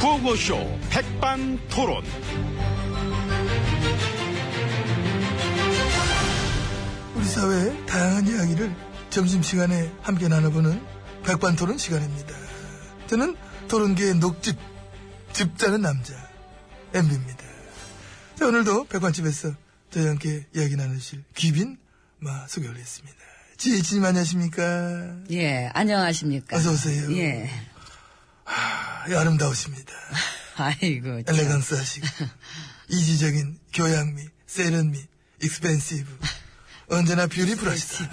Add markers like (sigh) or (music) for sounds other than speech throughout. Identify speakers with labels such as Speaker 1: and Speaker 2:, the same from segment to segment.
Speaker 1: 구호쇼 백반토론.
Speaker 2: 우리 사회의 다양한 이야기를 점심시간에 함께 나눠보는 백반토론 시간입니다. 저는 토론계의 녹즙, 집자는 남자, 엠비입니다. 자, 오늘도 백반집에서 저희와 함께 이야기 나누실 귀빈 마 소개 올렸습니다. 지혜진님 안녕하십니까?
Speaker 3: 예, 안녕하십니까.
Speaker 2: 어서 오세요.
Speaker 3: 예.
Speaker 2: 아, 아름다우십니다.
Speaker 3: 아이고.
Speaker 2: 네. (laughs)
Speaker 3: 참.
Speaker 2: 엘레강스하시고 이지적인 교양미, 세련미, 익스펜시브 언제나 뷰티풀하시다.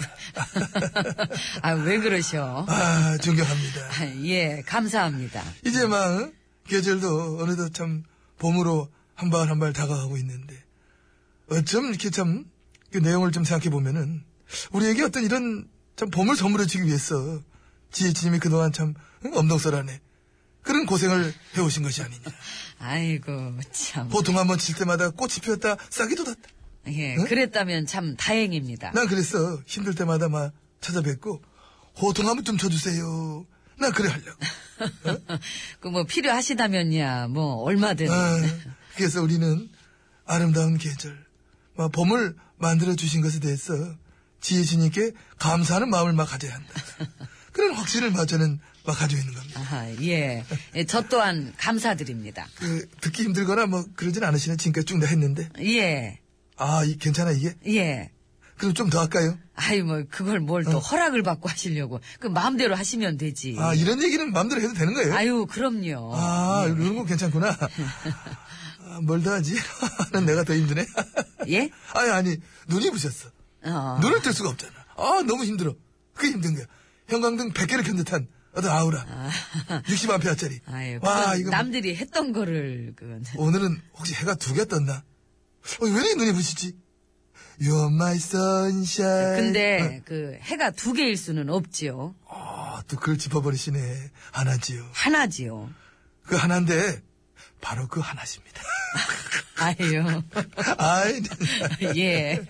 Speaker 3: 아, 왜 그러셔?
Speaker 2: 아, 존경합니다.
Speaker 3: 아, 예, 감사합니다.
Speaker 2: 이제 막 어? 계절도 어느덧 참 봄으로 한 발 한 발 다가가고 있는데 어쩜 이렇게 참 그 내용을 좀 생각해 보면은 우리에게 어떤 이런 참 봄을 선물해 주기 위해서 지혜진님이 그동안 참 응? 엄동설안에 그런 고생을 해오신 것이 아니냐.
Speaker 3: 아이고, 참.
Speaker 2: 보통 한번 칠 때마다 꽃이 피었다 싹이 돋았다.
Speaker 3: 예, 그랬다면 참 다행입니다.
Speaker 2: 난 그래서 힘들 때마다 막 찾아뵙고 호통 한번 좀 쳐주세요. 나 그래 하려고.
Speaker 3: 그 뭐 필요하시다면야, 뭐, 얼마든.
Speaker 2: 아, 그래서 우리는 아름다운 계절, 막 봄을 만들어 주신 것에 대해서 지혜진님께 감사하는 마음을 막 가져야 한다. 그런 확신을 마 저는 막 가지고 있는 겁니다.
Speaker 3: 아하, 예. 예, 저 또한 감사드립니다.
Speaker 2: 그 듣기 힘들거나 뭐 그러진 않으시네 지금까지 쭉 다 했는데
Speaker 3: 예,
Speaker 2: 아 이, 괜찮아 이게
Speaker 3: 예.
Speaker 2: 그럼 좀 더 할까요?
Speaker 3: 아이, 뭐, 그걸 뭘 또 허락을 받고 하시려고. 그 마음대로 하시면 되지.
Speaker 2: 어. 아 이런 얘기는 마음대로 해도 되는 거예요?
Speaker 3: 아유, 그럼요.
Speaker 2: 아 이런 거 괜찮구나. 아, 뭘더 하지? (laughs) 난 내가 더 힘드네. (laughs)
Speaker 3: 예?
Speaker 2: 아니 아니 눈이 부셨어.
Speaker 3: 어.
Speaker 2: 눈을 뜰 수가 없잖아. 아, 너무 힘들어. 그게 힘든 거야. 형광등 100개를 켠 듯한 어떤 아우라. 60암페어짜리.
Speaker 3: 아유, 예.
Speaker 2: 와,
Speaker 3: 그건
Speaker 2: 이거.
Speaker 3: 남들이 했던 거를, 그건.
Speaker 2: 오늘은 혹시 해가 두 개 떴나? 어, 왜 이렇게 눈이 부시지? You're my sunshine.
Speaker 3: 근데
Speaker 2: 네.
Speaker 3: 그 해가 두 개일 수는 없지요.
Speaker 2: 아, 또 그걸 짚어버리시네. 하나지요.
Speaker 3: 하나지요.
Speaker 2: 그 하나인데, 바로 그 하나십니다.
Speaker 3: (laughs) 아유. (laughs)
Speaker 2: 아이,
Speaker 3: 예.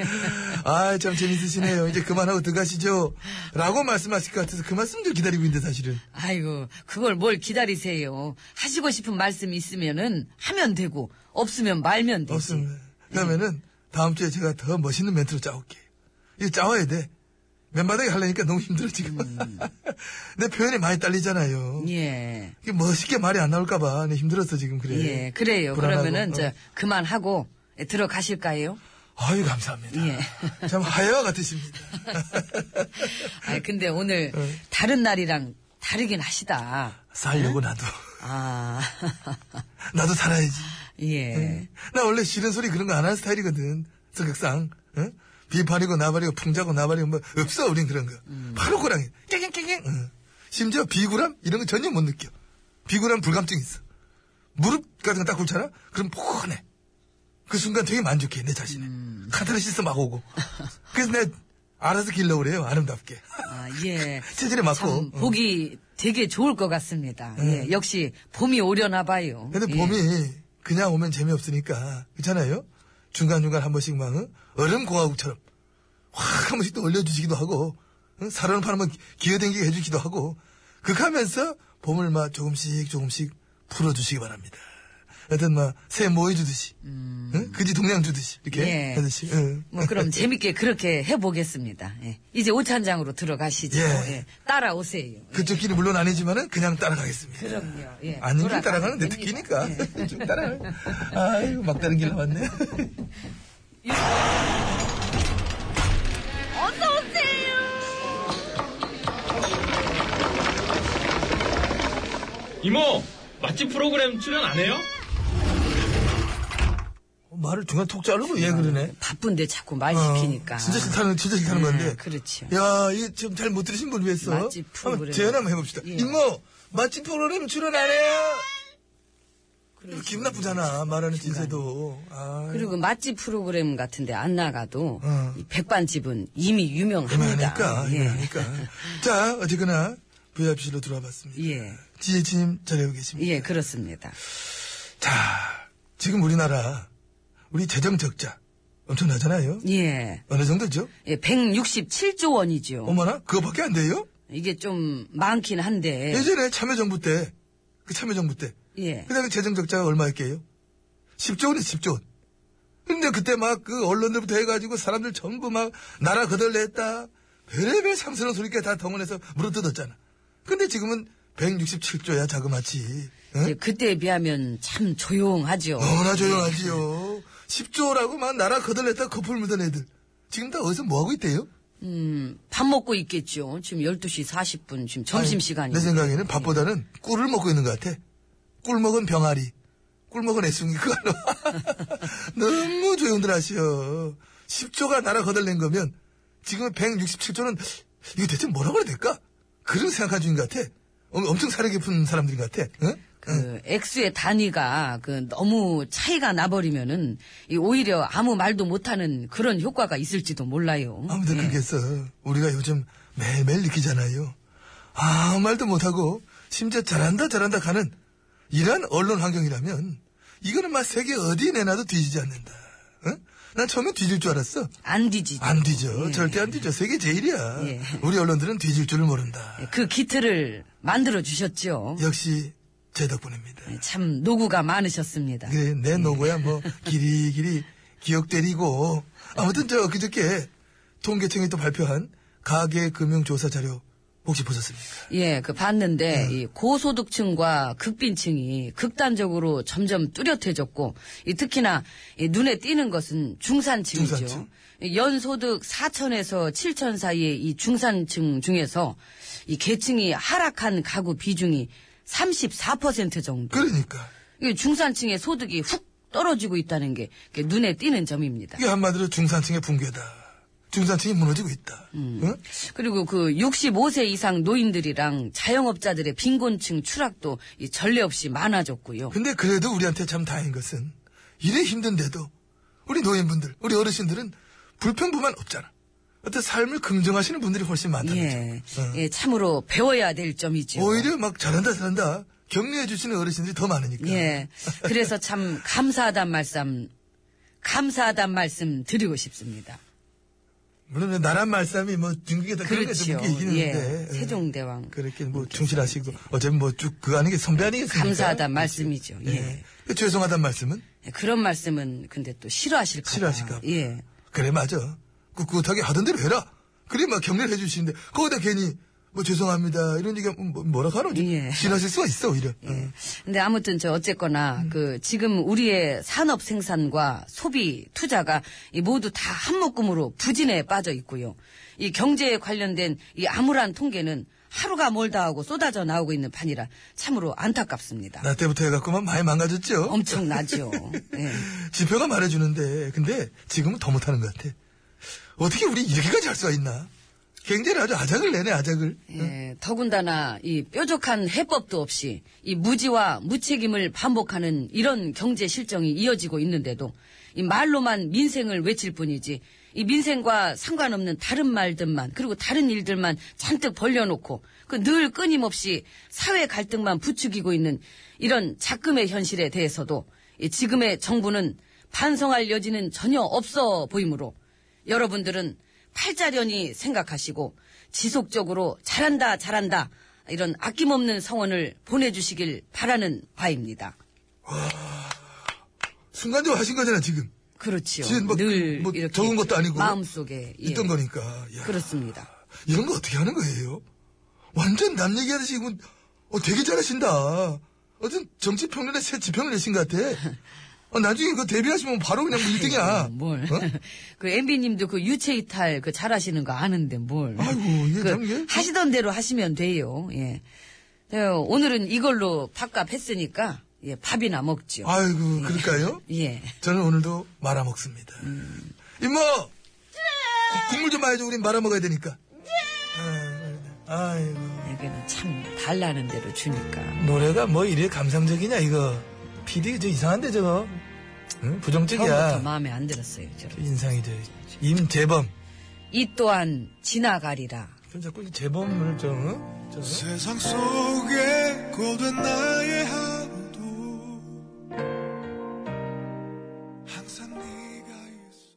Speaker 2: 아이, 참 재밌으시네요. 이제 그만하고 들어가시죠. 라고 말씀하실 것 같아서 그 말씀도 기다리고 있는데, 사실은.
Speaker 3: 아이고, 그걸 뭘 기다리세요. 하시고 싶은 말씀 있으면은 하면 되고, 없으면 말면 되지.
Speaker 2: 없습니다. 그러면은 다음 주에 제가 더 멋있는 멘트로 짜올게요. 이거 짜와야 돼. 맨바닥에 하려니까 너무 힘들어 지금. (laughs) 내 표현이 많이 딸리잖아요.
Speaker 3: 음. 예.
Speaker 2: 이게 멋있게 말이 안 나올까봐 내 힘들었어 지금 그래.
Speaker 3: 예, 그래요.
Speaker 2: 불안하고,
Speaker 3: 그러면은,
Speaker 2: 어.
Speaker 3: 저, 그만하고, 들어가실까요?
Speaker 2: 아유 감사합니다. (laughs)
Speaker 3: 예.
Speaker 2: 참 하여와 같으십니다.
Speaker 3: (laughs) 아 근데 오늘,
Speaker 2: 어.
Speaker 3: 다른 날이랑 다르긴 하시다.
Speaker 2: 살려고 나도
Speaker 3: 아, (laughs)
Speaker 2: 나도 살아야지. 네.
Speaker 3: 예.
Speaker 2: 나 원래 싫은 소리 그런 거 안 하는 스타일이거든. 성격상 응? 비판이고 나발이고 풍자고 나발이고 뭐 없어 우린 그런 거. 바로 고랑이 깨갱깨갱. 응. 심지어 비굴함 이런 거 전혀 못 느껴. 비굴함 불감증 있어. 무릎 같은 거 딱 굴잖아. 그럼 포근해. 그 순간 되게 만족해 내 자신에. 카타르시스 막 오고. 그래서 내가 알아서 길러 그래요 아름답게.
Speaker 3: 아, 예.
Speaker 2: 체질에 맞고. 어.
Speaker 3: 참
Speaker 2: 응.
Speaker 3: 보기 되게 좋을 것 같습니다. 예, 역시 봄이 오려나 봐요.
Speaker 2: 근데
Speaker 3: 예.
Speaker 2: 봄이 그냥 오면 재미없으니까 그렇잖아요. 중간중간 한 번씩 막 어? 얼음 공화국처럼 확 한 번씩 또 올려주시기도 하고 어? 사랑을 한번 기어댕기게 해주기도 하고 극하면서 봄을 막 조금씩 조금씩 풀어주시기 바랍니다. 하여튼 막새 모여주듯이 응? 그지 동냥 주듯이 이렇게
Speaker 3: 음. 예.
Speaker 2: 하듯이 응. (laughs)
Speaker 3: 뭐 그럼 재밌게 그렇게 해보겠습니다. 예. 이제 오찬장으로 들어가시죠.
Speaker 2: 예.
Speaker 3: 예. 따라오세요. 예.
Speaker 2: 그쪽끼리 물론 아니지만은 그냥 따라가겠습니다.
Speaker 3: 그럼요. 예.
Speaker 2: 아닌 길
Speaker 3: 돌아가면
Speaker 2: 따라가는 내
Speaker 3: 됩니다.
Speaker 2: 특기니까 (laughs)
Speaker 3: 예.
Speaker 2: 쭉 따라. 아유 막다른 길
Speaker 3: (laughs)
Speaker 2: 나왔네.
Speaker 4: 이모 맛집 프로그램 출연 안 해요?
Speaker 2: 말을 중간 톡 자르고 얘 그러네.
Speaker 3: 바쁜데 자꾸 말
Speaker 2: 어,
Speaker 3: 시키니까.
Speaker 2: 진짜 싫다는, 진짜 싫다는
Speaker 3: 예,
Speaker 2: 건데.
Speaker 3: 그렇죠.
Speaker 2: 야, 이거 지금 잘 못 들으신 분 위해서.
Speaker 3: 맛집
Speaker 2: 한번
Speaker 3: 프로그램.
Speaker 2: 재연 한번 해봅시다.
Speaker 3: 예.
Speaker 2: 이모, 맛집 프로그램 출연 안 해요? 이거
Speaker 3: 그러지.
Speaker 2: 기분 나쁘잖아, 말하는 진세도. 아,
Speaker 3: 그리고 맛집 프로그램 같은데 안 나가도
Speaker 2: 어.
Speaker 3: 이 백반집은 이미 유명합니다. 예.
Speaker 2: 그만하니까, 그만하니까. (laughs) 자, 어쨌거나, VIP실로 들어와 봤습니다.
Speaker 3: (laughs) 예.
Speaker 2: 지혜진님 잘하고 계십니다.
Speaker 3: 예, 그렇습니다.
Speaker 2: 자, 지금 우리나라, 우리 재정 적자 엄청나잖아요.
Speaker 3: 예.
Speaker 2: 어느 정도죠?
Speaker 3: 예, 167조 원이죠.
Speaker 2: 어머나, 그거밖에 안 돼요?
Speaker 3: 이게 좀 많긴 한데.
Speaker 2: 예전에 참여정부 때, 그 참여정부 때,
Speaker 3: 예.
Speaker 2: 그다음에 재정 적자가 얼마였게요? 10조 원이 10조 원. 근데 그때 막 그 언론들부터 해가지고 사람들 전부 막 나라 거덜냈다. 별의별 상스러운 소리까지 다 동원해서 물어뜯었잖아. 근데 지금은 167조야 자그마치. 응?
Speaker 3: 이제 뭐 그때에 비하면 참 조용하죠.
Speaker 2: 너무나
Speaker 3: 예.
Speaker 2: 조용하지요. 10조라고 막 나라 거덜냈다 거풀 묻은 애들. 지금 다 어디서 뭐하고 있대요?
Speaker 3: 음, 밥 먹고 있겠죠. 지금 12시 40분, 지금 점심시간이.
Speaker 2: 아니, 내 생각에는 밥보다는 꿀을 먹고 있는 것 같아. 꿀 먹은 병아리. 꿀 먹은 애숭이 그걸로. (laughs) 너무 조용들 하시오. 10조가 나라 거덜낸 거면 지금 167조는 이거 대체 뭐라고 해야 될까? 그런 생각한 중인 것 같아. 엄- 엄청 사려 깊은 사람들인 것 같아. 응?
Speaker 3: 그 액수의 단위가 그 너무 차이가 나버리면은 이 오히려 아무 말도 못하는 그런 효과가 있을지도 몰라요.
Speaker 2: 아무튼
Speaker 3: 예.
Speaker 2: 그게서 우리가 요즘 매일매일 느끼잖아요. 아무 말도 못하고 심지어 잘한다 잘한다 가는 이러한 언론 환경이라면 이거는 막 세계 어디 내놔도 뒤지지 않는다. 응? 난 처음에 뒤질 줄 알았어.
Speaker 3: 안 뒤지죠.
Speaker 2: 안 뒤져.
Speaker 3: 예.
Speaker 2: 절대 안 뒤져. 세계 제일이야.
Speaker 3: 예.
Speaker 2: 우리 언론들은 뒤질 줄을 모른다.
Speaker 3: 예, 그 기틀을 만들어 주셨죠.
Speaker 2: 역시 제
Speaker 3: 예.
Speaker 2: 덕분입니다.
Speaker 3: 참 노고가 많으셨습니다.
Speaker 2: 그래, 내 노고야 뭐 길이길이 기억되리고 아무튼 저 그저께 통계청이 또 발표한 가계금융조사 자료 혹시 보셨습니까?
Speaker 3: 예, 그 봤는데 이 고소득층과 극빈층이 극단적으로 점점 뚜렷해졌고 이 특히나 이 눈에 띄는 것은 중산층이죠.
Speaker 2: 중산층.
Speaker 3: 이 연소득 4천에서 7천 사이의 이 중산층 중에서 이 계층이 하락한 가구 비중이 34% 정도.
Speaker 2: 그러니까
Speaker 3: 이 중산층의 소득이 훅 떨어지고 있다는 게 이게 눈에 띄는 점입니다.
Speaker 2: 이게 한마디로 중산층의 붕괴다. 중산층이 무너지고 있다. 응?
Speaker 3: 그리고 그 65세 이상 노인들이랑 자영업자들의 빈곤층 추락도 이 전례 없이 많아졌고요.
Speaker 2: 근데 그래도 우리한테 참 다행인 것은 이래 힘든데도 우리 노인분들, 우리 어르신들은 불평부만 없잖아. 어떤 삶을 긍정하시는 분들이 훨씬 많다는
Speaker 3: 예,
Speaker 2: 점. 응.
Speaker 3: 예, 참으로 배워야 될 점이죠.
Speaker 2: 오히려 막 잘한다 잘한다 격려해 주시는 어르신들이 더 많으니까.
Speaker 3: 예, 그래서 참 감사하단 말씀, 감사하단 말씀 드리고 싶습니다.
Speaker 2: 물론 나란 말씀이 뭐 중국에 다 그런 게좀
Speaker 3: 그렇지요.
Speaker 2: 이기는데
Speaker 3: 예,
Speaker 2: 예.
Speaker 3: 세종대왕. 네.
Speaker 2: 그렇게 뭐 충실하시고 어차피 뭐 쭉 그거 하는 게 선배 아니겠습니까?
Speaker 3: 감사하단 말씀이죠. 예.
Speaker 2: 그 죄송하단 말씀은
Speaker 3: 그런 말씀은 근데 또 싫어하실까 봐.
Speaker 2: 싫어하실까 봐.
Speaker 3: 예.
Speaker 2: 그래 맞아. 꿋꿋하게 하던 대로 해라. 그래 막 격려를 해주시는데 거기다 괜히 뭐 죄송합니다 이런 얘기 뭐, 뭐라고 하노?
Speaker 3: 예.
Speaker 2: 지나실 수가 있어 오히려. 응.
Speaker 3: 근데 아무튼 저 어쨌거나 그 지금 우리의 산업 생산과 소비 투자가 이 모두 다 한묶음으로 부진에 빠져 있고요. 이 경제에 관련된 이 암울한 통계는 하루가 멀다 하고 쏟아져 나오고 있는 판이라 참으로 안타깝습니다.
Speaker 2: 나 때부터 해갖고만 많이 망가졌죠.
Speaker 3: 엄청나죠. 예.
Speaker 2: 지표가 말해주는데 근데 지금은 더 못하는 것 같아. 어떻게 우리 이렇게까지 할 수가 있나? 굉장히 아주 아작을 내네 아작을.
Speaker 3: 예, 더군다나 이 뾰족한 해법도 없이 이 무지와 무책임을 반복하는 이런 경제 실정이 이어지고 있는데도 이 말로만 민생을 외칠 뿐이지 이 민생과 상관없는 다른 말들만 그리고 다른 일들만 잔뜩 벌려놓고 그 늘 끊임없이 사회 갈등만 부추기고 있는 이런 작금의 현실에 대해서도 이 지금의 정부는 반성할 여지는 전혀 없어 보이므로 여러분들은 팔자련이 생각하시고 지속적으로 잘한다 잘한다 이런 아낌없는 성원을 보내주시길 바라는 바입니다.
Speaker 2: 순간적으로 하신 거잖아 지금.
Speaker 3: 그렇지요.
Speaker 2: 지금 뭐-
Speaker 3: 늘
Speaker 2: 뭐
Speaker 3: 이렇게
Speaker 2: 적은 것도 아니고
Speaker 3: 마음속에 예.
Speaker 2: 있던 거니까. 야,
Speaker 3: 그렇습니다.
Speaker 2: 이런 거 어떻게 하는 거예요? 완전 남 얘기하듯이 이건 어, 되게 잘하신다. 어떤 정치 평론의 새 지평을 내신 것 같아. 어, 나중에 그거 데뷔하시면 바로 그냥 뭐 1등이야.
Speaker 3: 어,
Speaker 2: 어?
Speaker 3: 뭘? (laughs) 그 MB님도 그 유체 이탈 그 잘하시는 거 아는데 뭘?
Speaker 2: 아이고, 예, 이게
Speaker 3: 그
Speaker 2: 참 이게-
Speaker 3: 하시던 대로 하시면 돼요. 예. 예, 오늘은 이걸로 밥값 했으니까 예, 밥이나 먹죠.
Speaker 2: 아이고 그럴까요?
Speaker 3: 예.
Speaker 2: 저는 오늘도 말아먹습니다.
Speaker 3: 음.
Speaker 2: 이모! 국물 좀 마야죠. 우린 말아먹어야 되니까. 아, 아이고.
Speaker 3: 여기는 참 달라는 대로 주니까.
Speaker 2: 노래가 뭐 이래 감상적이냐, 이거. PD 저 이상한데, 저거. 응?
Speaker 3: 처음부터
Speaker 2: 부정적이야.
Speaker 3: 마음에 안 들었어요. 저는.
Speaker 2: 인상이 저, 임재범.
Speaker 3: 이 또한 지나가리라.
Speaker 2: 그럼 자꾸 이 재범을 좀, 응? 저,
Speaker 5: 음. 세상 속에 고된 나의 하루도 항상 네가 있어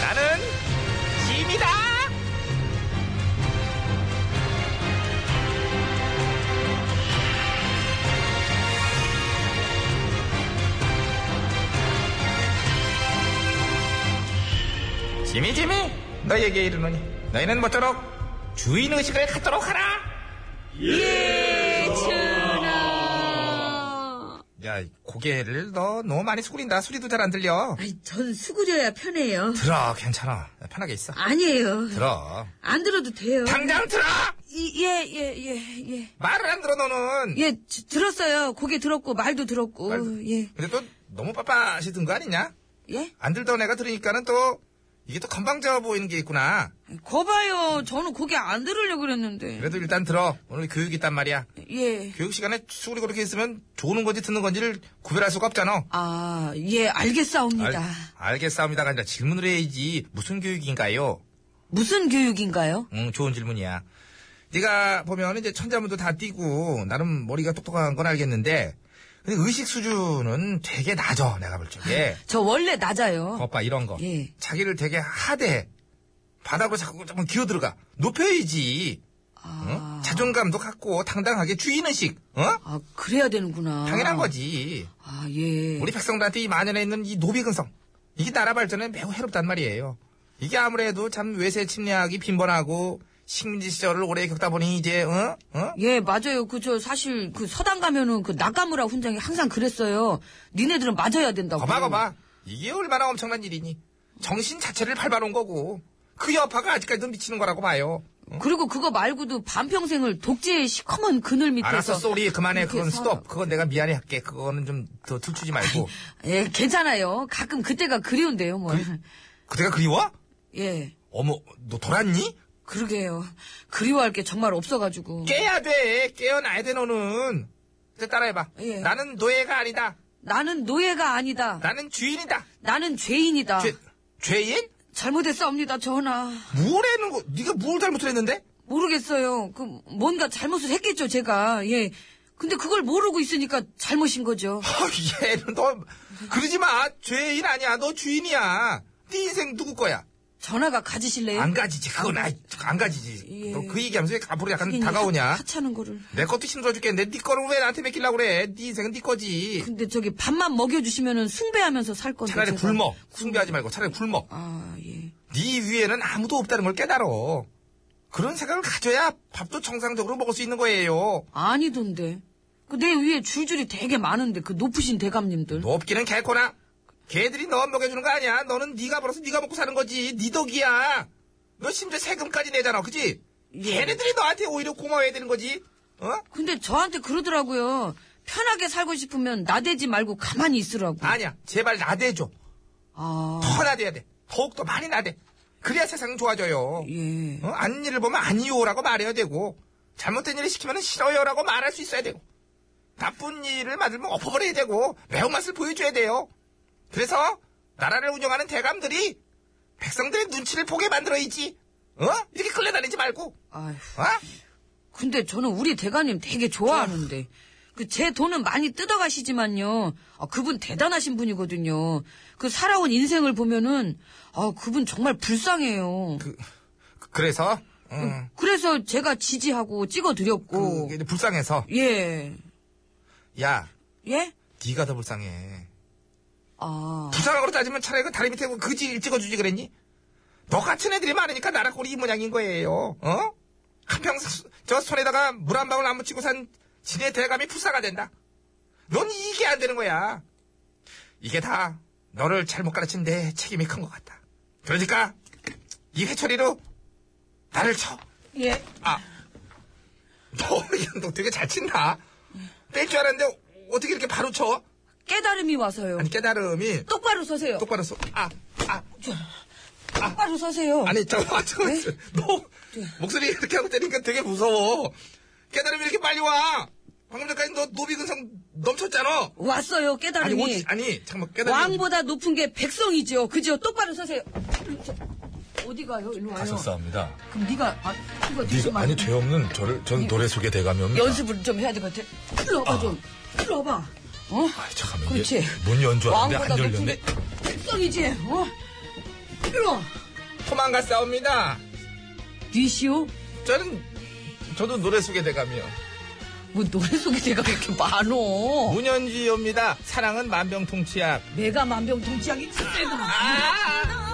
Speaker 1: 나는 짐이다. 짐이 짐이 너희에게 이르노니 너희는 모쪼록 주인 의식을 갖도록 하라. 예, 야, 이 고개를 너 너무 많이 숙린다. 소리도 잘 안 들려.
Speaker 3: 아니, 전 수그려야 편해요.
Speaker 1: 들어, 괜찮아. 편하게 있어.
Speaker 3: 아니에요.
Speaker 1: 들어.
Speaker 3: 안 들어도 돼요.
Speaker 1: 당장 들어!
Speaker 3: 이- 예, 예, 예, 예.
Speaker 1: 말을 안 들어, 너는.
Speaker 3: 예, 지- 들었어요. 고개 들었고, 말도 들었고,
Speaker 1: 말도-
Speaker 3: 예.
Speaker 1: 근데 또 너무 빠빠시든 거 아니냐?
Speaker 3: 예?
Speaker 1: 안 들던 애가 들으니까는 또 이게 또 건방져 보이는 게 있구나.
Speaker 3: 거봐요. 저는 고개 안 들으려고 그랬는데.
Speaker 1: 그래도 일단 들어. 오늘 교육이 있단 말이야.
Speaker 3: 예.
Speaker 1: 교육 시간에 수그리고 이렇게 있으면 좋은 건지 듣는 건지를 구별할 수가 없잖아.
Speaker 3: 아, 예, 알겠사옵니다.
Speaker 1: 알겠사옵니다가 아니라 질문을 해야지. 무슨 교육인가요?
Speaker 3: 무슨 교육인가요?
Speaker 1: 응, 좋은 질문이야. 네가 보면 이제 천자문도 다 띄고 나름 머리가 똑똑한 건 알겠는데 근데 의식 수준은 되게 낮아 내가 볼 적에.
Speaker 3: 저 원래 낮아요.
Speaker 1: 거봐 이런 거.
Speaker 3: 예.
Speaker 1: 자기를 되게 하대해. 바닥으로 자꾸 조금 기어 들어가. 높여야지. 응? 어? 자존감도 갖고 당당하게 주인의식. 어?
Speaker 3: 아, 그래야 되는구나.
Speaker 1: 당연한 거지.
Speaker 3: 아, 예.
Speaker 1: 우리 백성들한테 이 만연해 있는 이 노비근성. 이게 나라 발전에 매우 해롭단 말이에요. 이게 아무래도 참 외세 침략이 빈번하고 식민지 시절을 오래 겪다 보니 이제 어? 어?
Speaker 3: 예, 맞아요. 그, 저, 사실, 그, 서당 가면은, 그, 낙가무라 훈장이 항상 그랬어요. 니네들은 맞아야 된다고.
Speaker 1: 거봐 거봐. 이게 얼마나 엄청난 일이니. 정신 자체를 밟아놓은 거고. 그 여파가 아직까지도 미치는 거라고 봐요.
Speaker 3: 그리고 그거 말고도 반평생을 독재의 시커먼 그늘 밑에서.
Speaker 1: 알았어, 쏘리. 그만해.
Speaker 3: 이렇게
Speaker 1: 그건
Speaker 3: 살아-
Speaker 1: 스톱. 그건 내가 미안해 할게. 그거는 좀 더 들추지 말고.
Speaker 3: 예, 괜찮아요. 가끔 그때가 그리운데요, 뭐.
Speaker 1: 그때가 그리워?
Speaker 3: (laughs) 예,
Speaker 1: 어머, 너 돌았니?
Speaker 3: 음. 그러게요. 그리워할 게 정말 없어가지고.
Speaker 1: 깨야 돼. 깨어나야 돼, 너는. 이제 따라해봐.
Speaker 3: 예.
Speaker 1: 나는 노예가 아니다.
Speaker 3: 나는 노예가 아니다.
Speaker 1: 나는 주인이다.
Speaker 3: 나는 죄인이다.
Speaker 1: 죄, 죄인?
Speaker 3: 잘못했사옵니다, 전하.
Speaker 1: 뭘 했는 거? 네가 뭘 잘못을 했는데?
Speaker 3: 모르겠어요. 그, 뭔가 잘못을 했겠죠, 제가. 예. 근데 그걸 모르고 있으니까 잘못인 거죠.
Speaker 1: 어, 얘는 너 그러지 마. 죄인 아니야. 너 주인이야. 네 인생 누구 거야?
Speaker 3: 전화가 가지실래요?
Speaker 1: 안 가지지. 그건 아이, 안 가지지.
Speaker 3: 예.
Speaker 1: 너 그 얘기하면서 왜 앞으로 약간
Speaker 3: 하긴
Speaker 1: 다가오냐?
Speaker 3: 하- 하찮은 거를.
Speaker 1: 내 것도 힘들어 죽겠는데 네 거를 왜 나한테 맡기려고 그래? 네 인생은 네 거지.
Speaker 3: 근데 저기 밥만 먹여주시면은 숭배하면서 살 건데.
Speaker 1: 차라리
Speaker 3: 그 제가.
Speaker 1: 굶어. 숭배하지 말고 차라리 굶어.
Speaker 3: 아, 예.
Speaker 1: 네 위에는 아무도 없다는 걸 깨달어. 그런 생각을 가져야 밥도 정상적으로 먹을 수 있는 거예요.
Speaker 3: 아니던데. 그 내 위에 줄줄이 되게 많은데 그 높으신 대감님들.
Speaker 1: 높기는 개코나. 걔들이 너 먹여주는 거 아니야. 너는 네가 벌어서 네가 먹고 사는 거지. 네 덕이야. 너 심지어 세금까지 내잖아. 그지? 걔네들이 너한테 오히려 고마워해야 되는 거지. 어?
Speaker 3: 근데 저한테 그러더라고요. 편하게 살고 싶으면 나대지 말고 가만히 있으라고.
Speaker 1: 아니야. 제발 나대줘.
Speaker 3: 아,
Speaker 1: 더 나대야 돼. 더욱더 많이 나대. 그래야 세상은 좋아져요.
Speaker 3: 예.
Speaker 1: 어? 아닌 일을 보면 아니요라고 말해야 되고 잘못된 일을 시키면 싫어요라고 말할 수 있어야 되고 나쁜 일을 만들면 엎어버려야 되고 매운맛을 보여줘야 돼요. 그래서 나라를 운영하는 대감들이 백성들의 눈치를 보게 만들어야지. 어? 이렇게 끌려다니지 말고.
Speaker 3: 아휴.
Speaker 1: 어?
Speaker 3: 근데 저는 우리 대감님 되게 좋아하는데. 그 제 돈은 많이 뜯어가시지만요. 아, 그분 대단하신 분이거든요. 그 살아온 인생을 보면은, 아, 그분 정말 불쌍해요.
Speaker 1: 그 그래서 음,
Speaker 3: 그래서 제가 지지하고 찍어드렸고.
Speaker 1: 그게 이제 불쌍해서
Speaker 3: 예.
Speaker 1: 야,
Speaker 3: 예?
Speaker 1: 네가 더 불쌍해.
Speaker 3: 아,
Speaker 1: 불쌍한 로 따지면 차라리 그 다리 밑에 그 지를 찍어주지 그랬니? 너 같은 애들이 많으니까 나라 꼴이 이 모양인 거예요. 어? 한평생 저 손에다가 물 한 방울 안 묻히고 산 지네 대감이 불사가 된다. 넌 이게 안 되는 거야. 이게 다 너를 잘못 가르친 내 책임이 큰 것 같다. 그러니까 이 회초리로 나를 쳐.
Speaker 3: 예.
Speaker 1: 아, 너, 야, 너 되게 잘 친다. 뺄 줄 알았는데 어떻게 이렇게 바로 쳐?
Speaker 3: 깨달음이 와서요.
Speaker 1: 아니 깨달음이
Speaker 3: 똑바로 서세요.
Speaker 1: 똑바로 써. 아, 아,
Speaker 3: 똑바로 서세요.
Speaker 1: 아니 잠깐만, 잠깐만. 너 목소리 이렇게 하고 때리니까 되게 무서워. 깨달음이 이렇게 빨리 와. 방금 전까지 너 노비근성 넘쳤잖아.
Speaker 3: 왔어요,
Speaker 1: 아니,
Speaker 3: 깨달음이.
Speaker 1: 옷- 아니 잠깐만 깨달음.
Speaker 3: 왕보다 높은 게 백성이죠. 그죠? 똑바로 서세요. 아, 어디 가요? 일로
Speaker 1: 아,
Speaker 3: 와요.
Speaker 6: 가서 싸웁니다.
Speaker 3: 그럼 네가 아, 이거 뒤에서
Speaker 6: 네가
Speaker 3: 말-
Speaker 6: 아니 죄 없는 저를 전 노래 속에 대가면
Speaker 3: 예. 연습을 좀 해야 될 것 같아. 일로 와봐 좀. 일로 와봐. 어?
Speaker 6: 아, 잠깐만
Speaker 3: 그렇지.
Speaker 6: 이게 문 연주하는데
Speaker 3: 왕보다
Speaker 6: 안
Speaker 3: 높은
Speaker 6: 열렸네.
Speaker 3: 게 백성이지. 어? 일로 와.
Speaker 1: 포만가 싸웁니다.
Speaker 3: 뒤시오.
Speaker 1: 저는 저도 노래 속에 대감이요.
Speaker 3: 뭐 노래 속에 제가 이렇게 많어.
Speaker 1: 문현지입니다. 사랑은 만병통치약.
Speaker 3: 내가 만병통치약이 진짜
Speaker 1: 아!